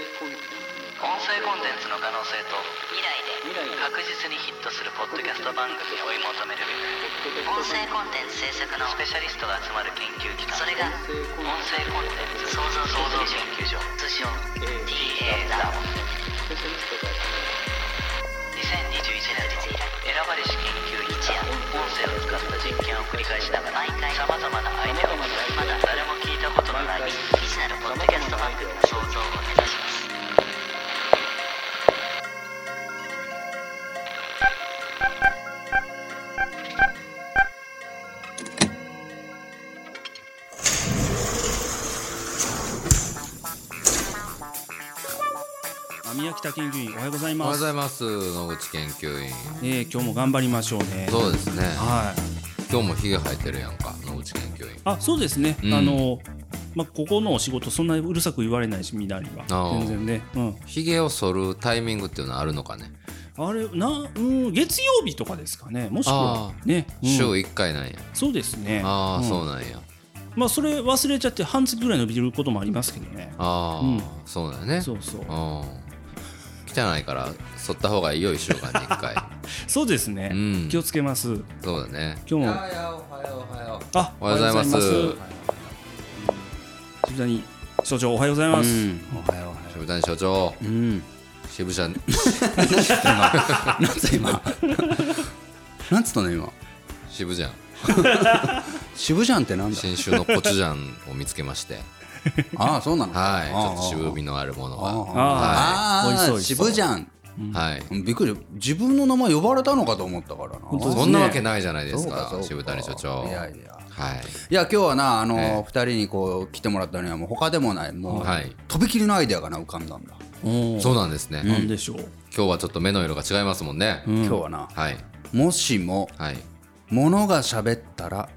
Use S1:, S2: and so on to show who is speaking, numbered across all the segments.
S1: 音声コンテンツの可能性と未来で確実にヒットするポッドキャスト番組を追い求める音声コンテンツ制作のスペシャリストが集まる研究機関それが音声コンテンツ創造創造研究所通称 TA ラボ2021年の選ばれし研究一夜音声を使った実験を繰り返しながら毎回さまざまなアイデアを持ちまだ誰も聞いたことのない未知なるポッドキャスト番組の創造を目指します
S2: あ宮北研究員おはようござい
S3: おはよ
S2: ま
S3: うご
S2: す。
S3: ざいます野口研究員
S2: えー今日も頑張りましょうね。
S3: そうですね
S2: はい。
S3: 今日もヒゲ生えてるやんか野口研究員
S2: あ、そうですね。
S3: うん
S2: あの、まあ、ここのお仕事そんなうるさく言われないし、みなりは
S3: あー
S2: 全然ね。うん。
S3: ヒゲを剃るタイミングっていうのはあるのかね、
S2: あれな、うん、月曜日とかですかね。もしくは
S3: あ
S2: ね、うん
S3: 週1回なんや
S2: そうですね。
S3: ああ、
S2: うん
S3: そうなんや
S2: まあそれ忘れちゃって半月ぐらい伸びることもありますけどね。
S3: あ
S2: う
S3: あ、
S2: ん
S3: そうだよね
S2: そうそう。
S3: あー汚いから剃った方がいいよ1週間に1回
S2: そうですね。
S3: うん
S2: 気をつけます。
S3: そうだね
S2: 今日も。あ、
S3: おはようございます
S2: おはようございます。渋谷所長おはようございます。
S4: おはようおはよ
S3: 渋谷所長
S4: う。うん。
S3: 渋谷
S4: なんつう今。 なんつったの今。
S3: 渋じゃん
S4: 渋じゃんってなんだ。
S3: 新種のコチュジャンを見つけまして
S4: ああそうなの。
S3: はいち
S4: あ
S3: ょ
S4: あ
S3: っと渋みのあるもの
S4: ああ
S3: が
S4: ああ
S2: はい美味しそう美味しそう
S4: 渋じゃん。
S3: はい
S4: びっくり。自分の名前呼ばれたのかと思ったからな。
S2: 当ですね
S3: そんなわけないじゃないですか
S4: そうそう
S3: 渋谷所長
S4: いやいや。
S3: はい
S4: いや今日はなあの二、
S3: え
S4: 人にこう来てもらったのにはもう他でもないもう、
S3: はい
S4: とびきりのアイデアがな浮かんだんだ、
S2: おー
S3: そうなんですね、
S2: なんでしょう。
S3: 今日はちょっと目の色が違いますもんね、
S4: 今日はな
S3: はい
S4: もしも
S3: はい
S4: 物が喋ったら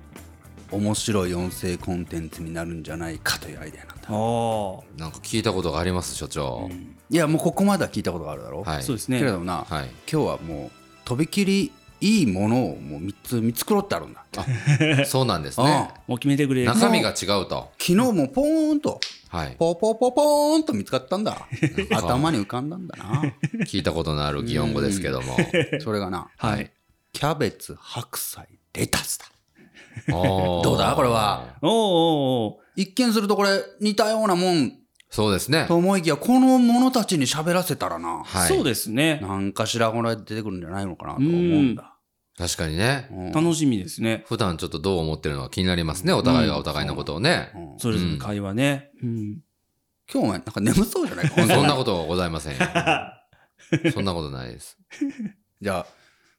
S4: 面白い音声コンテンツになるんじゃないかというアイデアなんだ
S2: あ
S3: なんか聞いたことがあります所長、
S4: いやもうここまでは聞いたことがあるだろ
S3: は
S2: あ、
S3: い
S2: そうですね。
S4: けれどもな、
S3: はい
S4: 今日はもうとびきりいいものをもう3つ見繕ってあるんだ
S3: そうなんです
S4: あ
S3: ね
S4: あ
S2: もう決めてくれ。
S3: 中身が違うと
S4: 昨日もポーンと
S3: はい
S4: ポポポポーンと見つかった んだ頭に浮かんだんだな
S3: 聞いたことのある擬音語ですけども
S4: それがな
S2: はい。
S4: キャベツ白菜レタスだ
S3: ど
S4: どうだこれは
S2: おーおーお
S4: 一見するとこれ似たようなもん
S3: そうですね
S4: と思いきやこの者たちに喋らせたら
S2: ー、
S4: な
S3: はい
S2: そうですね。
S4: なんかしらこら出てくるんじゃないのかなと思うんだ
S3: 確かにね
S4: うん
S2: 楽しみですね。
S3: 普段ちょっとどう思ってるのか気になりますねお互いがお互いのことをね、
S4: うん
S2: それぞれの会話ね。うん。
S4: 今日お前なんか眠そうじゃないか
S3: そんなことはございませ んよそんなことないです
S4: じゃあ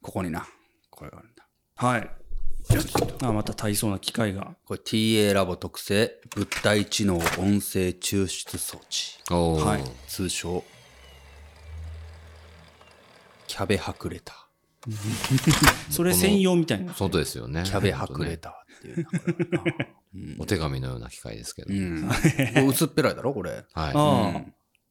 S4: ここになこれがあるんだ
S2: はい。あ、また体操な機会が。
S4: これ TA ラボ特製物体知能音声抽出装置
S3: おお、
S2: はい
S4: 通称キャベハクレタ
S2: それ専用みたいな。
S3: そうですよね
S4: ーキャベハクレターっていうなこれはな
S3: お手紙のような機械ですけど、
S4: うんこれ薄っぺらいだろこれ
S2: あ
S3: は
S2: あ、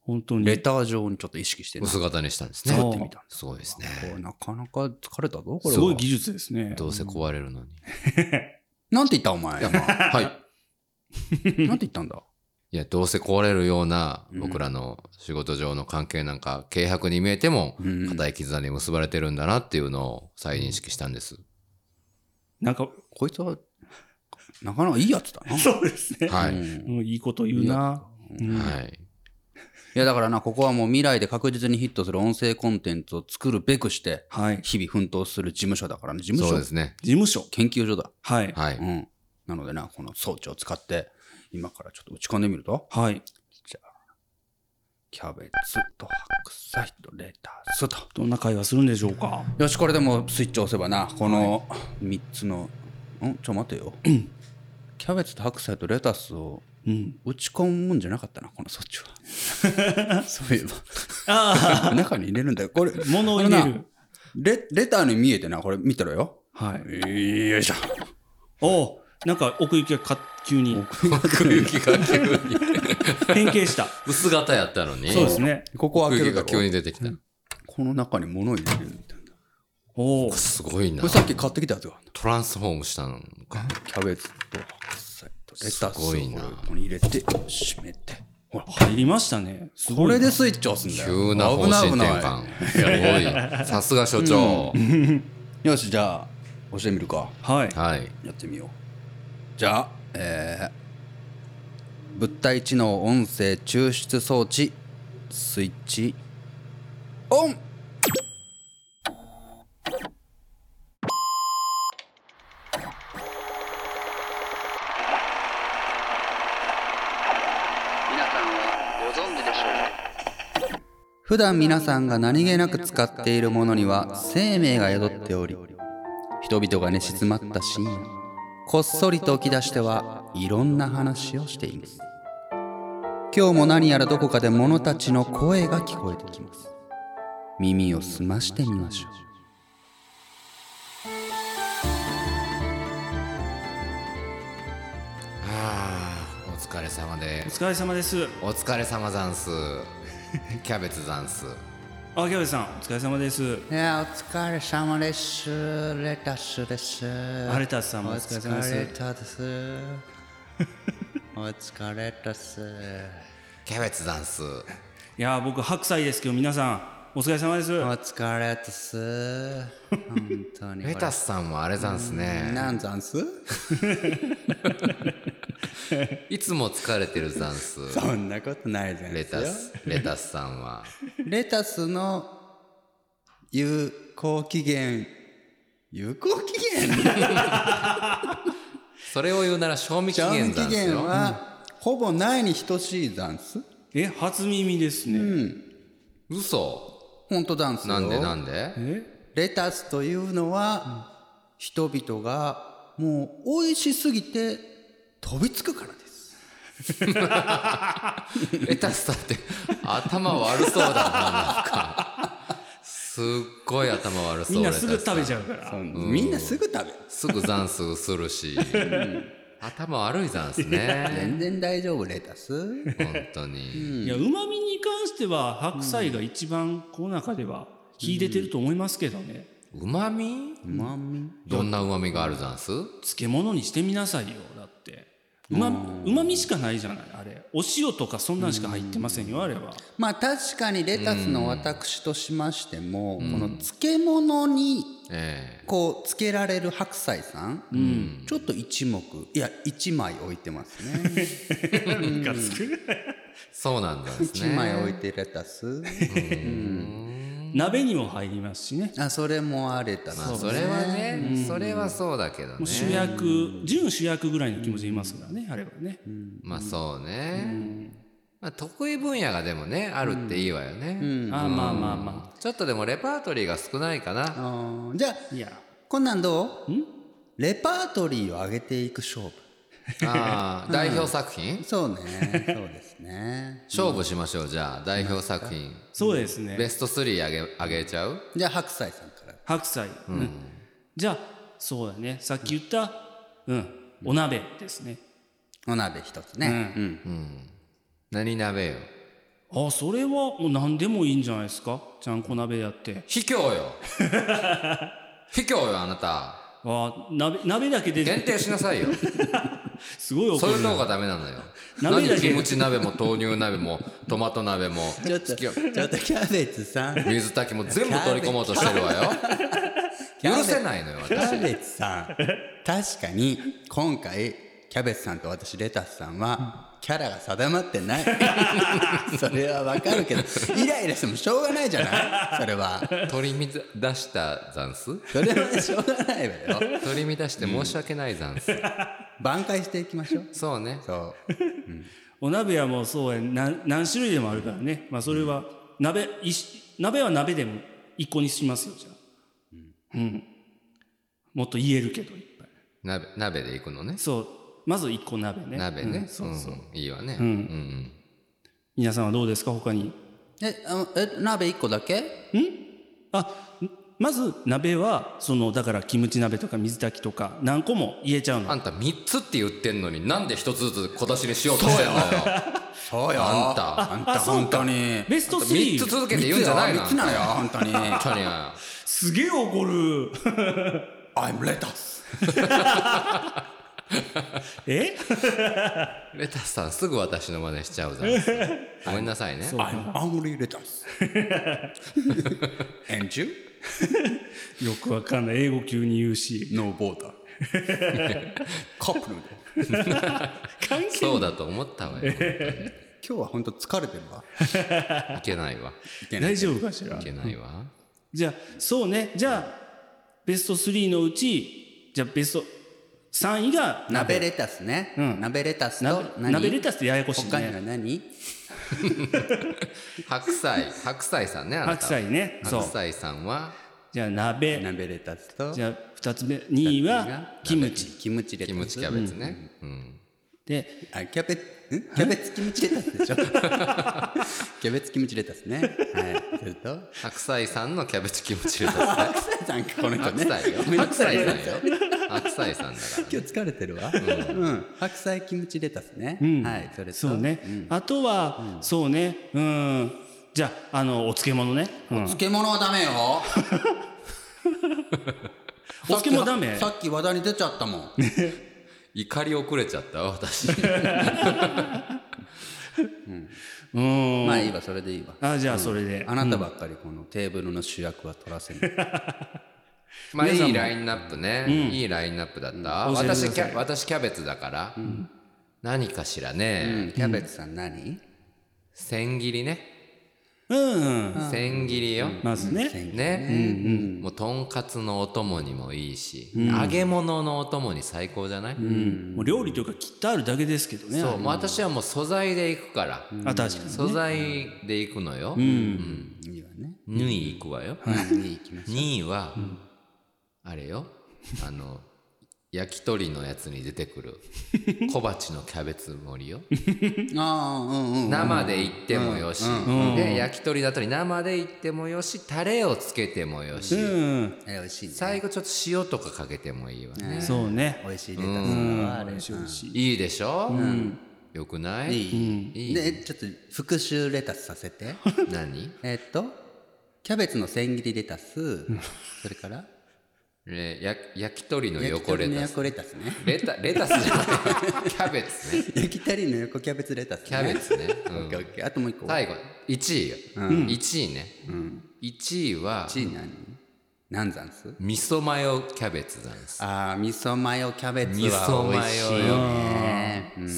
S2: 本当に。
S4: レター状にちょっと意識して
S3: い
S4: な
S3: 薄型にしたんですね
S2: 作ってみ
S4: たんです
S3: ごいですね
S4: これなかなか疲れたぞこれは
S2: すごい技術ですね。
S3: どうせ壊れるのに
S4: なんて言ったお前な
S3: はい
S4: んて言ったんだ
S3: いやどうせ壊れるような僕らの仕事上の関係なんか軽薄に見えても
S4: うん
S3: 固い絆に結ばれてるんだなっていうのを再認識したんです、
S2: なんか、
S4: こいつはなかなかいいやつだな
S2: そうですね。
S3: はい、
S4: うん
S2: うんいいこと言うな。うん
S3: はい
S4: いやだからなここはもう未来で確実にヒットする音声コンテンツを作るべくして
S2: はい。
S4: 日々奮闘する事務所だからね事務
S3: そう
S4: 所
S3: ですね
S2: 事務所。
S4: 研究所だ、
S2: はい。
S3: はい、
S4: うん、なのでなこの装置を使って今からちょっと打ち込んでみると
S2: はい。
S4: キャベツと白菜とレタスと
S2: どんな会話するんでしょうか。
S4: よしこれでもスイッチ押せばなこの3つのんちょ待てよ キャベツと白菜とレタスを
S2: うん。
S4: 打ち込むんじゃなかったなこの装置はそういえ
S2: あ
S4: ば中に入れるんだよこれ
S2: あ、物を入れ
S4: あのな
S2: る。
S4: レレターに見えてなこれ見てろよ
S2: はい。
S4: よいしょ
S2: おお、なんか奥行きがか急に
S3: 奥行きが急に
S2: 変形した。
S3: 薄型やったのに
S2: そうですね。
S4: ここを
S3: 奥
S4: 開け
S3: 行
S4: る
S3: きが
S4: だ
S3: 急
S4: ろ
S3: に出てきた、
S4: この中に物を入れるみたいな
S2: おお、
S3: すごいな
S4: これさっき買ってきたやつがあるんだ
S3: トランスフォームしたのか
S4: キャベツと白菜とレタスを
S3: すごいな
S4: ここに入れて閉めて
S2: 入りましたね。すご
S4: こ
S2: いな
S4: れでスイッチ押すんだよ
S3: 急な方針転 換。すごい。さすが所長。
S4: よしじゃあ押してみるか
S2: はい。
S3: はい。
S4: やってみようじゃあえー、物体知能音声抽出装置スイッチオン
S1: 皆さんはご存知でしょうか
S4: 普段皆さんが何気なく使っているものには生命が宿っており人々が寝静まった深夜こっそりと起き出してはいろんな話をしています今日も何やらどこかで物たちの声が聞こえてきます耳を澄ましてみましょう
S3: あーお疲れ様で
S2: お。疲れ様です。
S3: お疲れ様ざんす。キャベツざんす。
S2: あ、キャベツさん、お疲れ様です。
S4: いやお疲れ様です。レタスです。
S2: あレタスさんもお疲れ様です
S4: お疲れたです。お疲れたです。
S3: キャベツざんす。
S2: いやー、僕白菜ですけど、皆さん、お疲れ様です。
S4: お疲れたです。本当に。
S3: レタスさんもあれざんすね。
S4: なんざんす？
S3: いつも疲れてるざんす。
S4: そんなことないじゃん。
S3: レタ。ス、レタスさんは。
S4: レタスの有効期限。有効期 限？
S3: それを言うなら賞味期
S4: 賞
S3: 限
S4: 味
S3: ざ
S4: 期
S3: んす
S4: 限
S3: よ。
S4: は、ほぼないに等しいざんす。
S2: え、初耳ですね。
S3: 嘘
S4: 本当ざんすよ。
S3: なんでなんで
S4: レタスというのは、人々がもう美味しすぎて飛びつくからです。
S3: レタスだって頭悪そうだななんかすっごい頭悪そう
S2: みんなすぐ
S3: レタス
S2: 食べちゃうから。
S4: みんなすぐ食べる。
S3: すぐ残数するし頭悪いざんすね
S4: 全然大丈夫、レタス。
S3: 本当に
S2: いや、旨味に関しては、白菜が一番、この中では、秀でてると思いますけどね。
S3: うまみ
S4: うまみ。
S3: どんなうまみがあるざんす
S2: 漬物にしてみなさいよ、だって。うま、うまみしかないじゃない、あれ。お塩とかそんなんしか入ってませんよ、あれは。
S4: まあ確かにレタスの私としましても、この漬物に
S3: え
S4: こうつけられる白菜さん、ちょっと一目、いや一枚置いてますね。
S2: ムカつく。
S3: えそうなんざんす
S4: 一枚
S3: ね
S4: 置いてレタス。
S2: 鍋にも入りますしね。
S4: あ、それもあレタ
S3: まあ
S4: ス。
S3: それはねそれはそうだけど
S2: もう主
S3: ね
S2: 役、準主役ぐらいの気持ちでいますからね、あれはね。
S3: まあそうねまあ得意分野がでもねあるっていいわよね
S2: あーまあまあま
S3: ちょっとでもレパートリーが少ないかな
S4: あーじゃあ
S2: あ。いや、
S4: こんなんどうレパートリーを上げていく勝負
S3: ああ代表作品
S4: そうねそうですね
S3: 勝負しましょうじゃあ代表作品
S2: そうですね。
S3: ベスト3あげあげちゃう
S4: じゃあ白菜さんから
S2: 白菜、うんじゃあそうだねさっき言った、うんお鍋ですね、
S4: お鍋一つね、うん
S3: 何鍋よ
S2: あそれはもう何でもいいんじゃないですかちゃんこ鍋やって
S3: 卑怯よ卑怯よあなた
S2: あ鍋鍋だけ
S3: 限
S2: で
S3: 定しなさいよ
S2: すごい怒
S3: そういう
S2: るな
S3: のがダメなのよ
S2: 鍋
S3: 何
S2: だけ
S3: キムチ鍋も豆乳鍋もトマト鍋も
S4: ちょっとちょっとキャベツさんキ
S3: 水炊きも全部取り込もうとしてるわよ許せないのよ私
S4: ャベツさん確かに今回キャベツさんと私レタスさんはキャラが定まってない それはわかるけどイライラしてもしょうがないじゃないそれは
S3: 取り乱したざんす
S4: それはしょうがないわよ
S3: 取り乱して申し訳ないざんす、
S4: 挽回していきましょう
S3: そうね
S4: そう
S2: お鍋はもうそうや何何種類でもあるからね、まあ、それは鍋いし鍋は鍋でも一個にしますよじゃあうん、もっと言えるけどいっぱい
S3: 鍋鍋でいくのね
S2: そうまず一個鍋ね
S3: 鍋ね、
S2: うんそうそう、
S3: うんいいわね、うん
S2: 皆さんはどうですか他に
S4: えあのえ鍋一個だけ
S2: あんまず鍋はそのだからキムチ鍋とか水炊きとか何個も入れちゃう
S3: あ
S2: の
S3: んた3つって言ってんのになんで1つずつ小出しにしようとしてんのよ
S4: そうよ。
S3: あんた
S4: あんた
S2: あそうか
S4: 本当に。
S2: ベスト
S3: 3つ
S2: 3
S3: 続けて言うんじゃないの
S4: 三つなのよ、本当に。
S3: 本当によ
S2: すげえ怒る
S4: I'm レタス。
S2: え
S3: レタスさんすぐ私の真似しちゃうぞ ごめんなさいね
S2: そう
S4: I'm only lettuce. And you?
S2: よくわかんない英語急に言うし
S4: No border. カップルで。
S2: 関係
S3: そうだと思ったわよい
S4: 今日は本当疲れてるわ。
S3: けないわ
S4: いけない
S2: 大丈夫かしら
S3: いけな いわ
S2: じゃあそうねじゃあベスト3のうちじゃあベスト3位が
S4: 鍋レタスね。
S2: うん
S4: 鍋レタス
S2: 鍋
S4: と何
S2: 鍋レタスってややこしい
S4: 他に
S2: ね
S4: は何
S3: 白菜白菜さんねあな
S2: 白菜
S3: た
S2: ねそう
S3: 白菜さんは
S2: じゃあ鍋
S4: 鍋レタスと
S2: じゃあ2つ目2位はキムチ
S4: キムチレタ
S3: キ
S4: ス。
S3: ムチキャベツねうん
S2: で
S4: あキャベツんキャベツキムチレタスでしょキャベツキムチレタスねはいそれと
S3: 白菜さんのキャベツキムチレ タ
S4: 白菜さんかこの人
S3: ス
S4: ね
S3: 白菜よ
S4: ごめんな
S3: 白
S4: さい
S3: 菜さん
S4: 今
S3: よ白菜さんだから
S4: 日疲れてるわうん白菜キムチレタスねはいそれと
S2: そうね、あとは、そうねうんじゃああのお漬物ね、うん
S4: 漬物はダメよ
S2: お漬物ダメ
S4: さっきさっき話題に出ちゃったもん
S3: 怒り遅れちゃったわ 私
S2: うん、
S4: まあいいわそれでいいわ
S2: あじゃあそれで、
S4: あなたばっかりこのテーブルの主役は取らせない
S3: まあいいラインナップねいいラインナップだった
S2: 教えてください
S3: 私キャ私キャベツだから何かしら
S4: うん
S3: ね
S4: キャベツさん何
S3: 千切りね
S2: うん、うん、
S3: 千切りよ
S2: まずね、
S3: ね、もうとんかつのお供にもいいし、揚げ物のお供に最高じゃない、
S2: もう料理というか切ってあるだけですけどね
S3: そう、もう私はもう素材でいくから、
S2: あ確かに
S3: 素材でいくのよ、
S4: いいわね
S3: 2位いくわよ、
S4: はいいい行きまし
S3: 2位は、あれよあの焼き鳥のやつに出てくる小鉢のキャベツ盛りよ
S4: ょうああうんうん
S3: 生でいってもよし、で焼き鳥だと生でいってもよしタレをつけてもよし、
S2: うん
S4: え美味しいね
S3: 最後ちょっと塩とかかけてもいいわね、
S2: そうね
S4: 美味しいレタスのあれ
S3: いいでしょ、よくない
S4: い
S3: いい
S4: でちょっと復習レタスさせて
S3: 何
S4: えっとキャベツの千切りレタスそれから
S3: えや焼き鳥の
S4: 焼き
S3: 横レ
S4: 鳥の
S3: タス
S4: 横レタスね
S3: レタレタスじゃない キャベツね
S4: 焼き鳥の横キャベツレタスね
S3: キャベツね、うん
S4: オッケーオッケーあともう一個
S3: 最後1位よ、1位ね、一1位は
S4: 1位何何ざんす
S3: 味噌マヨキャベツなんです
S4: あー味噌マヨキャベツ
S3: 味噌
S4: は美
S3: マ
S4: 味しい
S3: ヨよ、
S4: ね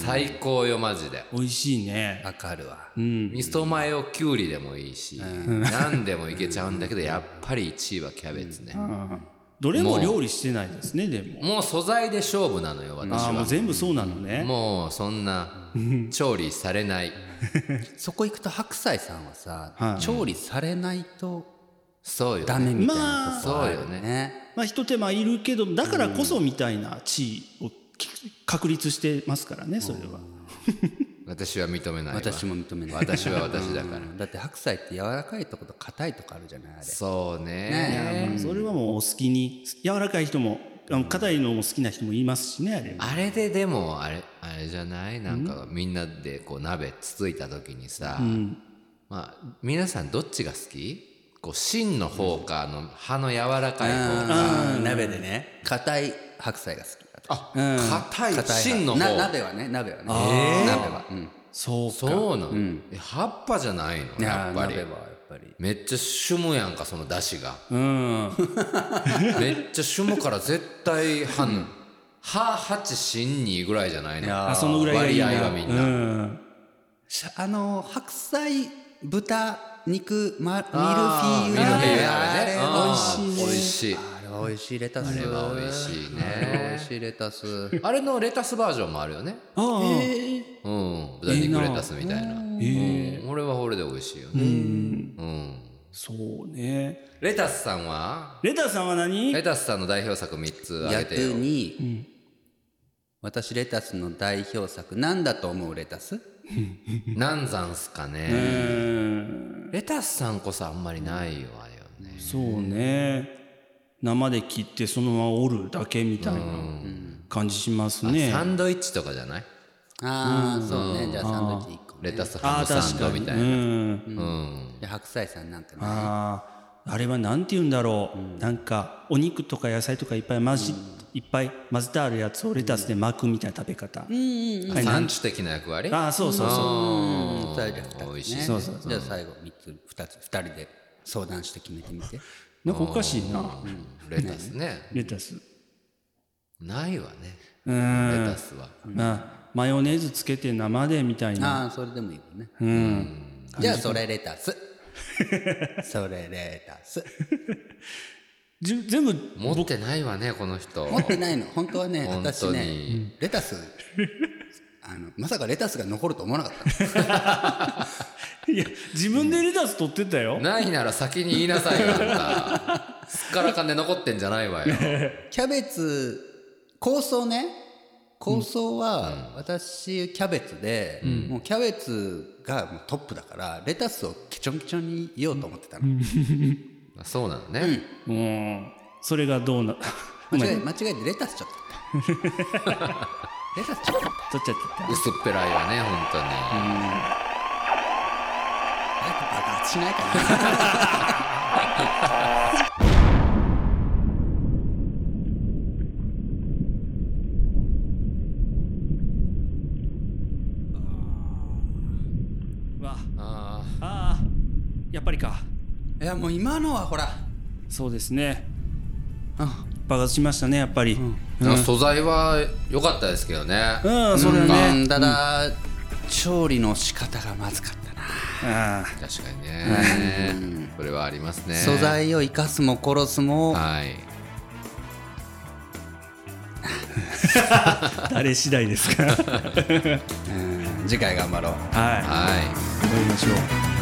S3: 最高よマジで、
S2: 美味しいね
S4: わかるわ
S3: 味噌マヨきゅうりでもいいし、何でもいけちゃうんだけどやっぱり1位はキャベツね、
S2: どれも料理してないですねでも
S3: もう素材で勝負なのよ私
S2: あ
S3: は
S2: あもう全部そうなのね
S3: もうそんな調理されない
S4: そこ行くと白菜さんはさ
S2: はい
S4: 調理されないと
S3: そうよ
S4: ダメ
S3: ね
S4: みたいなとこあるよ
S3: まあそうよ
S4: ね
S2: まあ一手間いるけどだからこそみたいな地位をき確立してますからねそれは
S3: 私は認めないわ
S4: 私も認めない
S3: 私は私だから
S4: うんだって白菜って柔らかいとこと硬いとこあるじゃないあれ
S3: そうね
S4: ね
S2: それはもうお好きに柔らかい人もあの硬いのも好きな人もいますしねあれは
S3: あれででもあれあれじゃないなんかみんなでこう鍋つついた時にさ、まあ皆さんどっちが好きこう芯の方かあの葉の柔らかい方か
S4: うん鍋でね硬い白菜が好き
S3: あ硬い
S4: 硬い
S3: 芯の
S4: な
S3: 方
S4: 鍋はね鍋はね
S3: ー
S4: 鍋はうん
S2: そうか
S3: そうなの、え葉っぱじゃないのやっぱり
S4: いやー鍋はやっぱり
S3: めっちゃシュムやんかその出汁が
S2: うん
S3: めっちゃシュモから絶対半歯八芯二ぐらいじゃないの
S2: あそのぐらいがいい
S3: 割合がみんな
S2: うん
S4: あの白菜豚肉、ま、ミルフ
S3: あー
S4: ィーユ
S3: ミルフィーユ
S4: あれ
S3: あれね
S4: 美味し
S3: うん美味し
S4: いね
S3: い
S4: あれは美味しいレタスあ
S3: れは美味しいね
S4: れ美味しいレタス
S3: あれのレタスバージョンもあるよね
S2: ああ
S3: うん豚肉レタスみたいなうん俺は俺で美味しいよねうん
S2: そうね
S3: レタスさんは
S2: レタスさんは何
S3: レタスさんの代表作三つあげ
S4: 逆
S3: てよ
S4: に、私レタスの代表作なんだと思うレタス
S3: 何ざんすか
S2: う
S3: ね
S2: ん
S3: レタスさんこそあんまりないわよね
S2: そうね生で切ってそのまま折るだけみたいな感じしますね
S3: サンドイッチとかじゃない
S4: ああ、そうねじゃあサンドイッチ1個
S3: レタスハ
S2: あ
S3: ム
S2: あ
S3: サ
S2: 確
S3: ンド
S2: かに
S3: みたいうなんうん
S4: で白菜さんなんかね
S2: あああれはなんて言うんだろう、なんかお肉とか野菜とかいっぱい混じ、いっぱい混ぜてあるやつをレタスで巻くみたいな食べ方、はいなん
S3: 産地的な役割
S2: ああそうそうそう
S4: 二人で二つ、ね、
S3: 美味しい
S2: そうそうそう
S4: じゃあ最後三つ二つ二人で相談して決めてみて
S2: うなんかおかしいな
S3: レタスね
S2: レタス
S3: ないわね
S2: うん
S3: レタスは
S2: まあマヨネーズつけて生でみたいな
S4: ああそれでもいいよね
S2: うん
S4: じゃあそれレ タスそれレタス
S2: じゅ全部
S3: 持ってないわねこの人
S4: 持ってないの本当はね
S3: 本
S4: 私
S3: 当に
S4: ねレタスあのまさかレタスが残ると思わなかった
S2: いや自分でレタス取ってたよ、
S3: ないなら先に言いなさいよあんたすっからかんで残ってんじゃない わよ
S4: キャベツ、香草ね。香草は、私、キャベツで、もうキャベツがもうトップだから、レタスをケチョンケチョンに言おうと思ってたの。
S3: そうなのね、
S2: うんそれがどう なご
S4: 間違
S2: め
S4: え、
S2: ん
S4: 間違えてレタスちょっと。レタスちょっと。
S2: 取っちゃってた
S3: 薄っぺらいわね本当に、
S4: 早く爆発しないかな。
S2: わ
S3: あ
S2: あーやっぱりか
S4: いや、もう今のはほら、
S2: そうですね
S4: あ
S2: 爆発しましたねやっぱり、うん
S3: ーなんか素材は良かったですけどね、
S2: それはね、
S4: うんただ、調理の仕方がまずかったな。
S2: ああ
S3: 確かにねそれはありますね
S4: 素材を生かすも殺すも、
S3: はい
S2: 誰次第ですか
S4: うん次回頑張ろう。
S2: はい
S3: はい
S2: 頑張りましょう